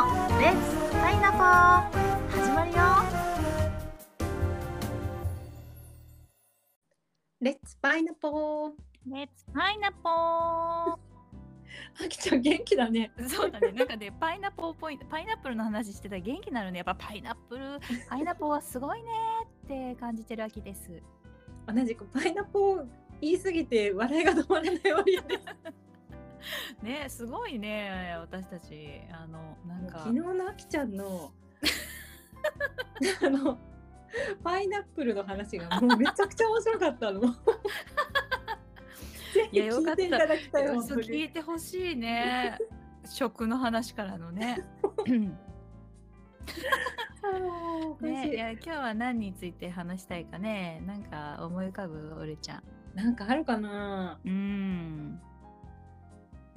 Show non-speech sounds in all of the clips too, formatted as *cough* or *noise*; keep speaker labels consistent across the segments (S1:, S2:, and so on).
S1: X パイナポー始まるよ
S2: レッツパイナポー。
S1: レッツパイナポ
S2: あきちゃん元気だね。
S1: ーそうだねなんかねパイナポーポイントパイナップルの話してたら元気になるねやっぱパイナップルパイナポーはすごいねって感じてる秋です
S2: 同じくパイナポー言いすぎて笑いが止まらないわりです。
S1: ねすごいね私たちあのなんか
S2: 昨日のあきちゃんの *laughs* あのパイナップルの話がもうめちゃくちゃ面白
S1: *laughs*
S2: かったの。ぜひ
S1: いやよか
S2: 聞
S1: った
S2: いていただきたい本
S1: そ
S2: 当
S1: う聞
S2: に。
S1: いてほしいね食の話からの *laughs* ね
S2: あーおかしい
S1: ねいや今日は何について話したいかねなんか思い浮かぶ俺ちゃん
S2: なんかあるかな。
S1: うん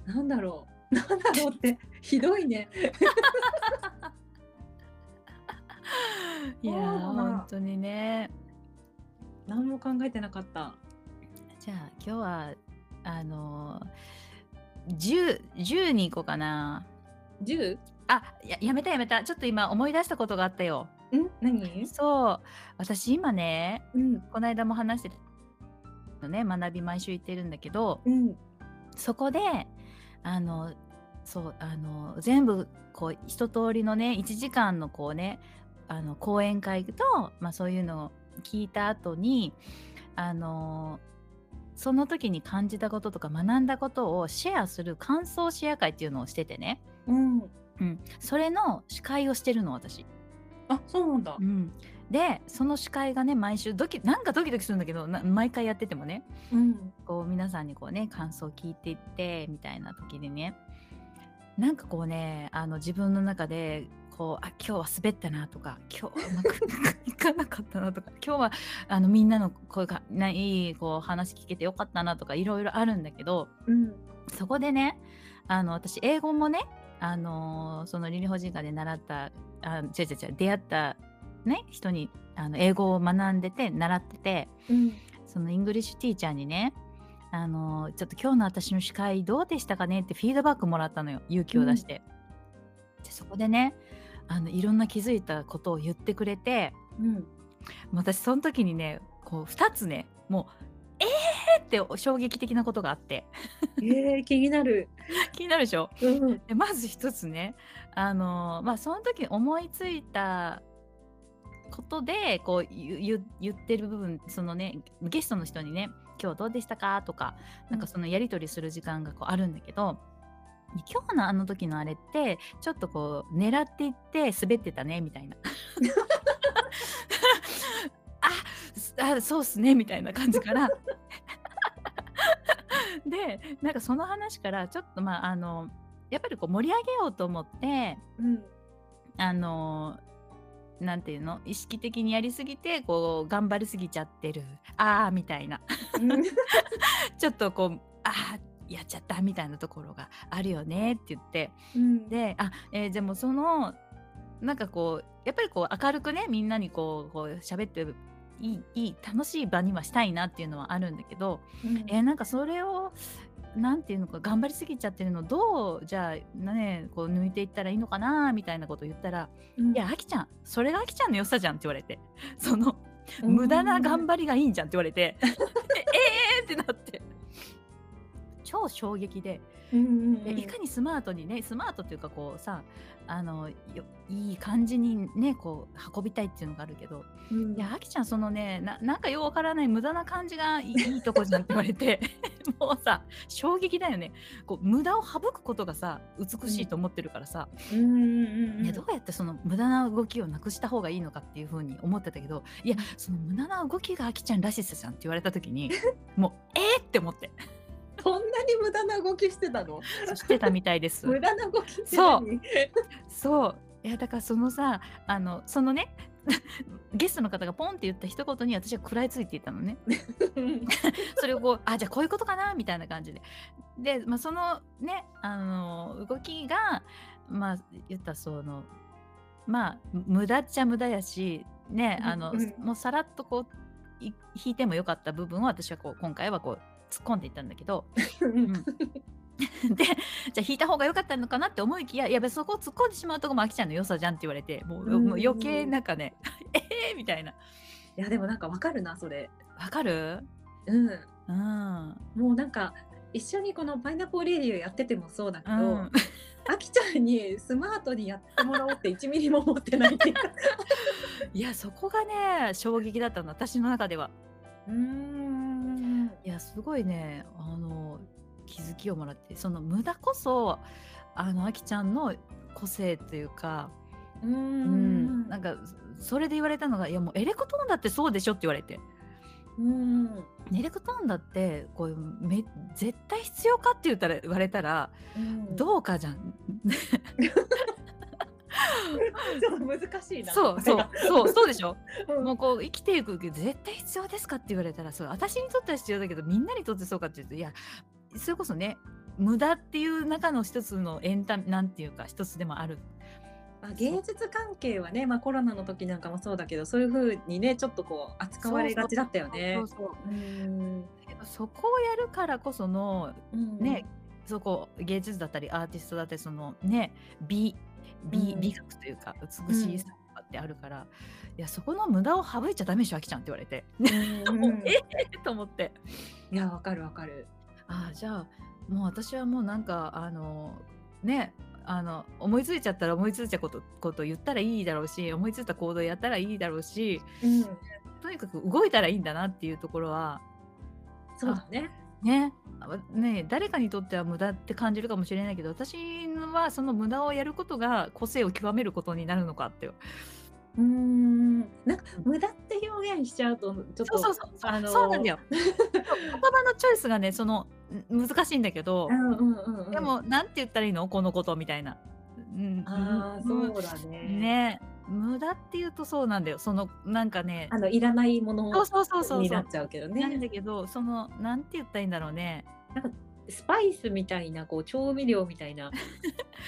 S2: なんだろう。なんだろうってひどいね。
S1: いやー
S2: そうだな
S1: 本当にね
S2: 何も考えてなかった。
S1: じゃあ今日はあのー、10, 10に行こうかな
S2: 十？
S1: あややめたやめたちょっと今思い出したことがあったよ
S2: ん？何？
S1: そう私今ね
S2: うん
S1: この間も話してたのね学び毎週行ってるんだけど、
S2: うん
S1: そこであのそうあの全部こう一通りのね1時間のこうねあの講演会と、まあ、そういうのを聞いた後にあのその時に感じたこととか学んだことをシェアする感想シェア会っていうのをしててね、
S2: うん。
S1: うん、それの司会をしてるの私。
S2: あそうなんだ
S1: う。ん、でその司会がね毎週ドキなんかドキドキするんだけどな毎回やっててもね
S2: うん。
S1: こう皆さんにこうね感想を聞いていってみたいな時にねなんかこうねあの自分の中でこうあ今日は滑ったなとか今日はうまくいかなかったなとか *laughs* 今日はあのみんなの声がないいこう話聞けてよかったなとかいろいろあるんだけど
S2: うん。
S1: そこでねあの私英語もねあのーそのリリホ人会で習ったあ違う違う違う出会った、ね、人にあの英語を学んでて習ってて。
S2: うん。
S1: そのイングリッシュティーチャーにね、あのちょっと今日の私の司会どうでしたかねってフィードバックもらったのよ、勇気を出して。でそこでね、あのいろんな気づいたことを言ってくれて、
S2: うん。
S1: もう私その時にね、こう2つね、もう、えーって衝撃的なことがあって、
S2: ええ気になる。
S1: 気になるでしょ
S2: うん。
S1: でまず一つね、あのまあその時思いついたことでこう言言言ってる部分そのねゲストの人にね「今日どうでしたか?」とかなんかそのやり取りする時間がこうあるんだけど、今日のあの時のあれってちょっとこう狙っていって滑ってたねみたいな。ああそうっすねみたいな感じからでなんかその話からちょっとまああのやっぱりこう盛り上げようと思って
S2: うん。
S1: あのなんていうの意識的にやりすぎてこう頑張りすぎちゃってるああみたいな *laughs* ちょっとこうああやっちゃったみたいなところがあるよねって言って
S2: うん。
S1: であ、えーでもそのなんかこうやっぱりこう明るくねみんなにこうこう喋っていいいい楽しい場にはしたいなっていうのはあるんだけど、
S2: うん、
S1: えーなんかそれをなんていうのか頑張りすぎちゃってるのどうじゃあねこう抜いていったらいいのかなみたいなこと言ったら「いやあきちゃんそれがあきちゃんの良さじゃん」って言われて *laughs* その無駄な頑
S2: 張
S1: 張りがいいんじゃんって言われてええーってなって超衝撃で
S2: り。うん。
S1: でいかにスマートにねスマートっていうかこうさあのよいい感じにねこう運びたいっていうのがあるけど
S2: うん。
S1: いやあきちゃんそのねななんかようわからない無駄な感じがいい *laughs* いいとこじゃんって言われて *laughs* もうさ衝撃だよねこう無駄を省くことがさ美しいと思ってるからさ、
S2: うん。うん。
S1: ね、どうやってその無駄な動きをなくした方がいいのかっていうふうに思ってたけどいやその無駄な動きがあきちゃんらしさじゃんって言われた時
S2: *laughs*
S1: にもうえー、って思って
S2: そんなに無駄な動きしてたの。
S1: してたみたいです。
S2: 無駄な動きって
S1: そう
S2: 何。
S1: そういやだからそのさあのそのね *laughs* ゲストの方がポンって言った一言に私は食らいついていたのね
S2: うん。
S1: それをこうあじゃあこういうことかなみたいな感じでで、まあ、そのねあの動きがまあ言ったらそのまあ無駄っちゃ無駄やしねあの、
S2: うんうん
S1: もうさらっとこうい引いてもよかった部分を私はこう今回はこう突っ込んでいったんだけど、うん *laughs* でじゃあ引いた方が良かったのかなって思いきやいや別にそこを突っ込んでしまうとこもあきちゃんの良さじゃんって言われてもう,、
S2: うん
S1: もう余計なんかね *laughs* ええみたいない
S2: やでもなんかわかるなそれ。
S1: わかる
S2: う
S1: う
S2: ん。
S1: ん、うん
S2: もうなんか一緒にこのパイナップルレディオやっててもそうだけど、あきちゃんにスマートにやってもらおうって1ミリも思ってないっていうか。
S1: *laughs* いやそこがね衝撃だったの私の中では
S2: うん。
S1: いやすごいねあの気づきをもらってその無駄こそあのあきちゃんの個性というか、
S2: う
S1: うん
S2: ん。
S1: なんかそれで言われたのが「いやもうエレクトーンだってそうでしょ」って言われて
S2: うん。
S1: 「エレクトーンだってこうめ絶対必要か?」って言ったら言われたら「
S2: どう
S1: どうかじゃん」
S2: *laughs* ちょっと難しいな。
S1: そうそう *laughs* そうそうでしょ
S2: うん。
S1: もうこう生きていく上で絶対必要ですかって言われたらそう私にとっては必要だけどみんなにとってそうかって言うといやそれこそね無駄っていう中の一つのエンタメなんていうか一つでもある
S2: まあ、芸術関係はね、まあ、コロナの時なんかもそうだけどそういうふうにねちょっとこう扱われがちだったよね
S1: そう。そうそう
S2: うん
S1: だけどそこをやるからこその
S2: うん
S1: ね、そこ芸術だったりアーティストだったりそのね美美,、
S2: うん
S1: 美学というか美しいさとかってあるから、いやそこの無駄を省いちゃダメでしょあきちゃんって言われて
S2: うんうん
S1: *laughs* えと思って。
S2: いやわかるわかる。
S1: あーじゃあもう私はもうなんかあのねあの思いついちゃったら思いついちゃうことこと言ったらいいだろうし思いついた行動やったらいいだろうし
S2: うん、
S1: とにかく動いたらいいんだなっていうところは
S2: そうだね。
S1: ねあね誰かにとっては無駄って感じるかもしれないけど私はその無駄をやることが個性を極めることになるのかっていう
S2: うんなんか無駄って表現しちゃうとちょ
S1: そ
S2: っと
S1: うそうそうそう,、
S2: あのー
S1: そうなん
S2: *laughs*
S1: だよ言葉のチョイスがねそのん難しいんだけど、
S2: うんうんうんうん、
S1: でもなんて言ったらいいのこのことみたいな。うん
S2: ああ
S1: うん
S2: そうだね。
S1: ね無駄っていうとそうなんだよそのなんかね
S2: あのいらないもの
S1: そうそうそうそう
S2: に
S1: そ
S2: な
S1: う
S2: っちゃうけど
S1: なん
S2: ね。
S1: だけどそのなんて言ったらいいんだろうね
S2: スパイスみたいなこう調味料みた
S1: *laughs*
S2: いな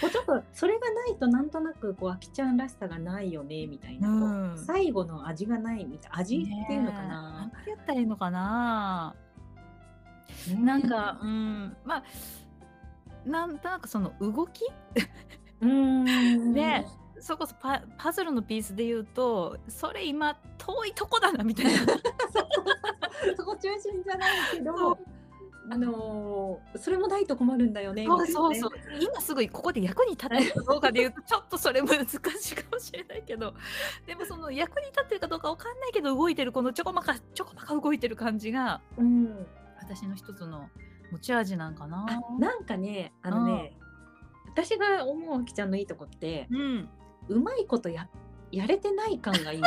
S2: こうちょっとそれがないとなんとなくこうあきちゃんらしさがないよねみたいな、
S1: うん
S2: こう最後の味がないみたいな味っていうのか
S1: ねえ、
S2: な
S1: なんて言ったらいいのかな
S2: ね
S1: なんかうんまあなんとなくその動き
S2: うん
S1: ねそれこそパパズルのピースで言うとそれ今遠いとこだなみたいな
S2: そこ中心じゃないけ
S1: そ
S2: ど
S1: う
S2: あのーそれもないと困るんだよね
S1: そうそうそう
S2: み
S1: 今すぐここで役に立てるかどうかで言うとちょっとそれ難しいかもしれないけどでもその役に立ってるかどうかわかんないけど動いてるこのちょこまかちょこまか動いてる感じが
S2: たいなねうん
S1: 私の一つの持ち味なんかな。
S2: あなんかねあのね私が思うあきちゃんのいいとこって
S1: うん、
S2: うまいことややれてない感
S1: *laughs*
S2: がいい。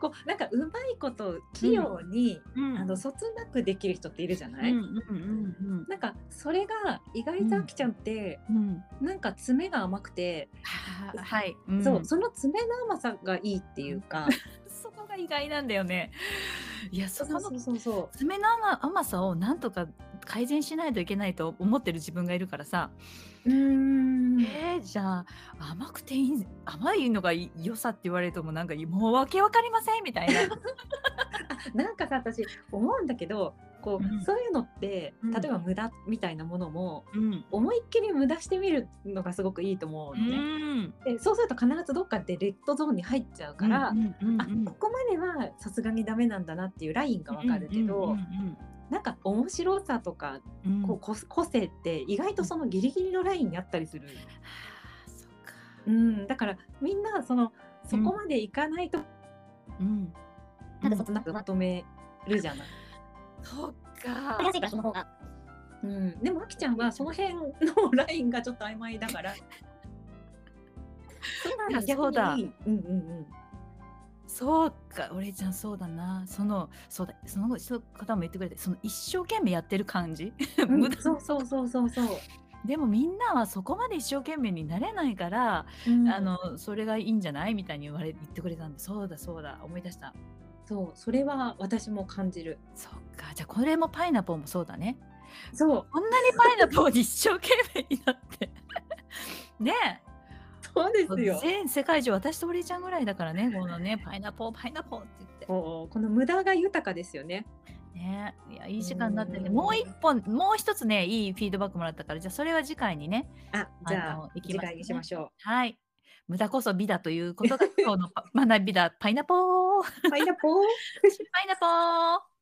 S2: こうなんかうまいこと器用に、
S1: うん
S2: あのそつなくできる人っているじゃない、
S1: うんうんうん
S2: なんかそれが意外とあきちゃんって、
S1: うんうん
S2: なんか爪が甘くて、
S1: はあはい、
S2: そ
S1: ん
S2: うその爪の甘さがいいっていうか、
S1: そこが意外なんだよね。い *laughs* やそこの
S2: そうそ
S1: 爪の甘甘さをなんとか改善しないといけないと思ってる自分がいるからさ、
S2: う。うーん
S1: えー、じゃあ甘くていい甘いのがい良さって言われてもなんかもうわけわかりませんみたいな。
S2: *laughs* なんかさ私思うんだけどこう、
S1: うん
S2: そういうのって
S1: うん
S2: 例えば無駄みたいなものも、
S1: うん
S2: 思いっきり無駄してみるのがすごくいいと思う
S1: う
S2: のね。
S1: ん
S2: でそうすると必ずどっかでレッドゾーンに入っちゃうから、
S1: うんうんうん
S2: あここまではさすがにダメなんだなっていうラインがわかるけど、
S1: うん
S2: なんか面白さとか、
S1: うんうんうん
S2: こうこ個性って意外とそのギリギリのラインにあったりする、
S1: はあそっか
S2: うん、だからみんなそのそこまでいかないと、
S1: うん
S2: なんかそつなくまとめるじゃない。
S1: そっか
S3: 正しいからその方が。
S2: うん、でもあきちゃんはその辺のラインがちょっと曖昧だ
S1: *laughs*
S2: から。
S1: いやそうだ
S2: 逆にうんうん
S1: そうか俺ちゃんそうだなそのそうだその人方も言ってくれてその一生懸命やってる感じ
S2: うんうん。
S1: 無駄
S2: そうそうそうそうそう。
S1: でもみんなはそこまで一生懸命になれないから、
S2: うん
S1: あのそれがいいんじゃないみたいに言われ言ってくれたんでそうだそうだ思い出した
S2: そうそれは私も感じる。
S1: そっかじゃあこれもパイナポーもそうだね
S2: そう
S1: こんなにパイナポーに一生懸命になって *laughs* ねえ
S2: そうですよ。
S1: 全世界中私とおりちゃん *laughs* ぐらいだからねこのねパイナポーパイナポーって言って
S2: こうこの無駄が豊かですよね。
S1: ねいやいい時間になってねもう一本もう一つねいいフィードバックもらったからじゃあそれは次回にね
S2: あ、じゃ
S1: あ
S2: あ
S1: の行き
S2: 次
S1: ましょうね
S2: 回にしましょ
S1: はい無駄こそ美だと *laughs* いうことが今日のパ学びだパイナポー
S2: う。パイナポー。
S1: パイナポー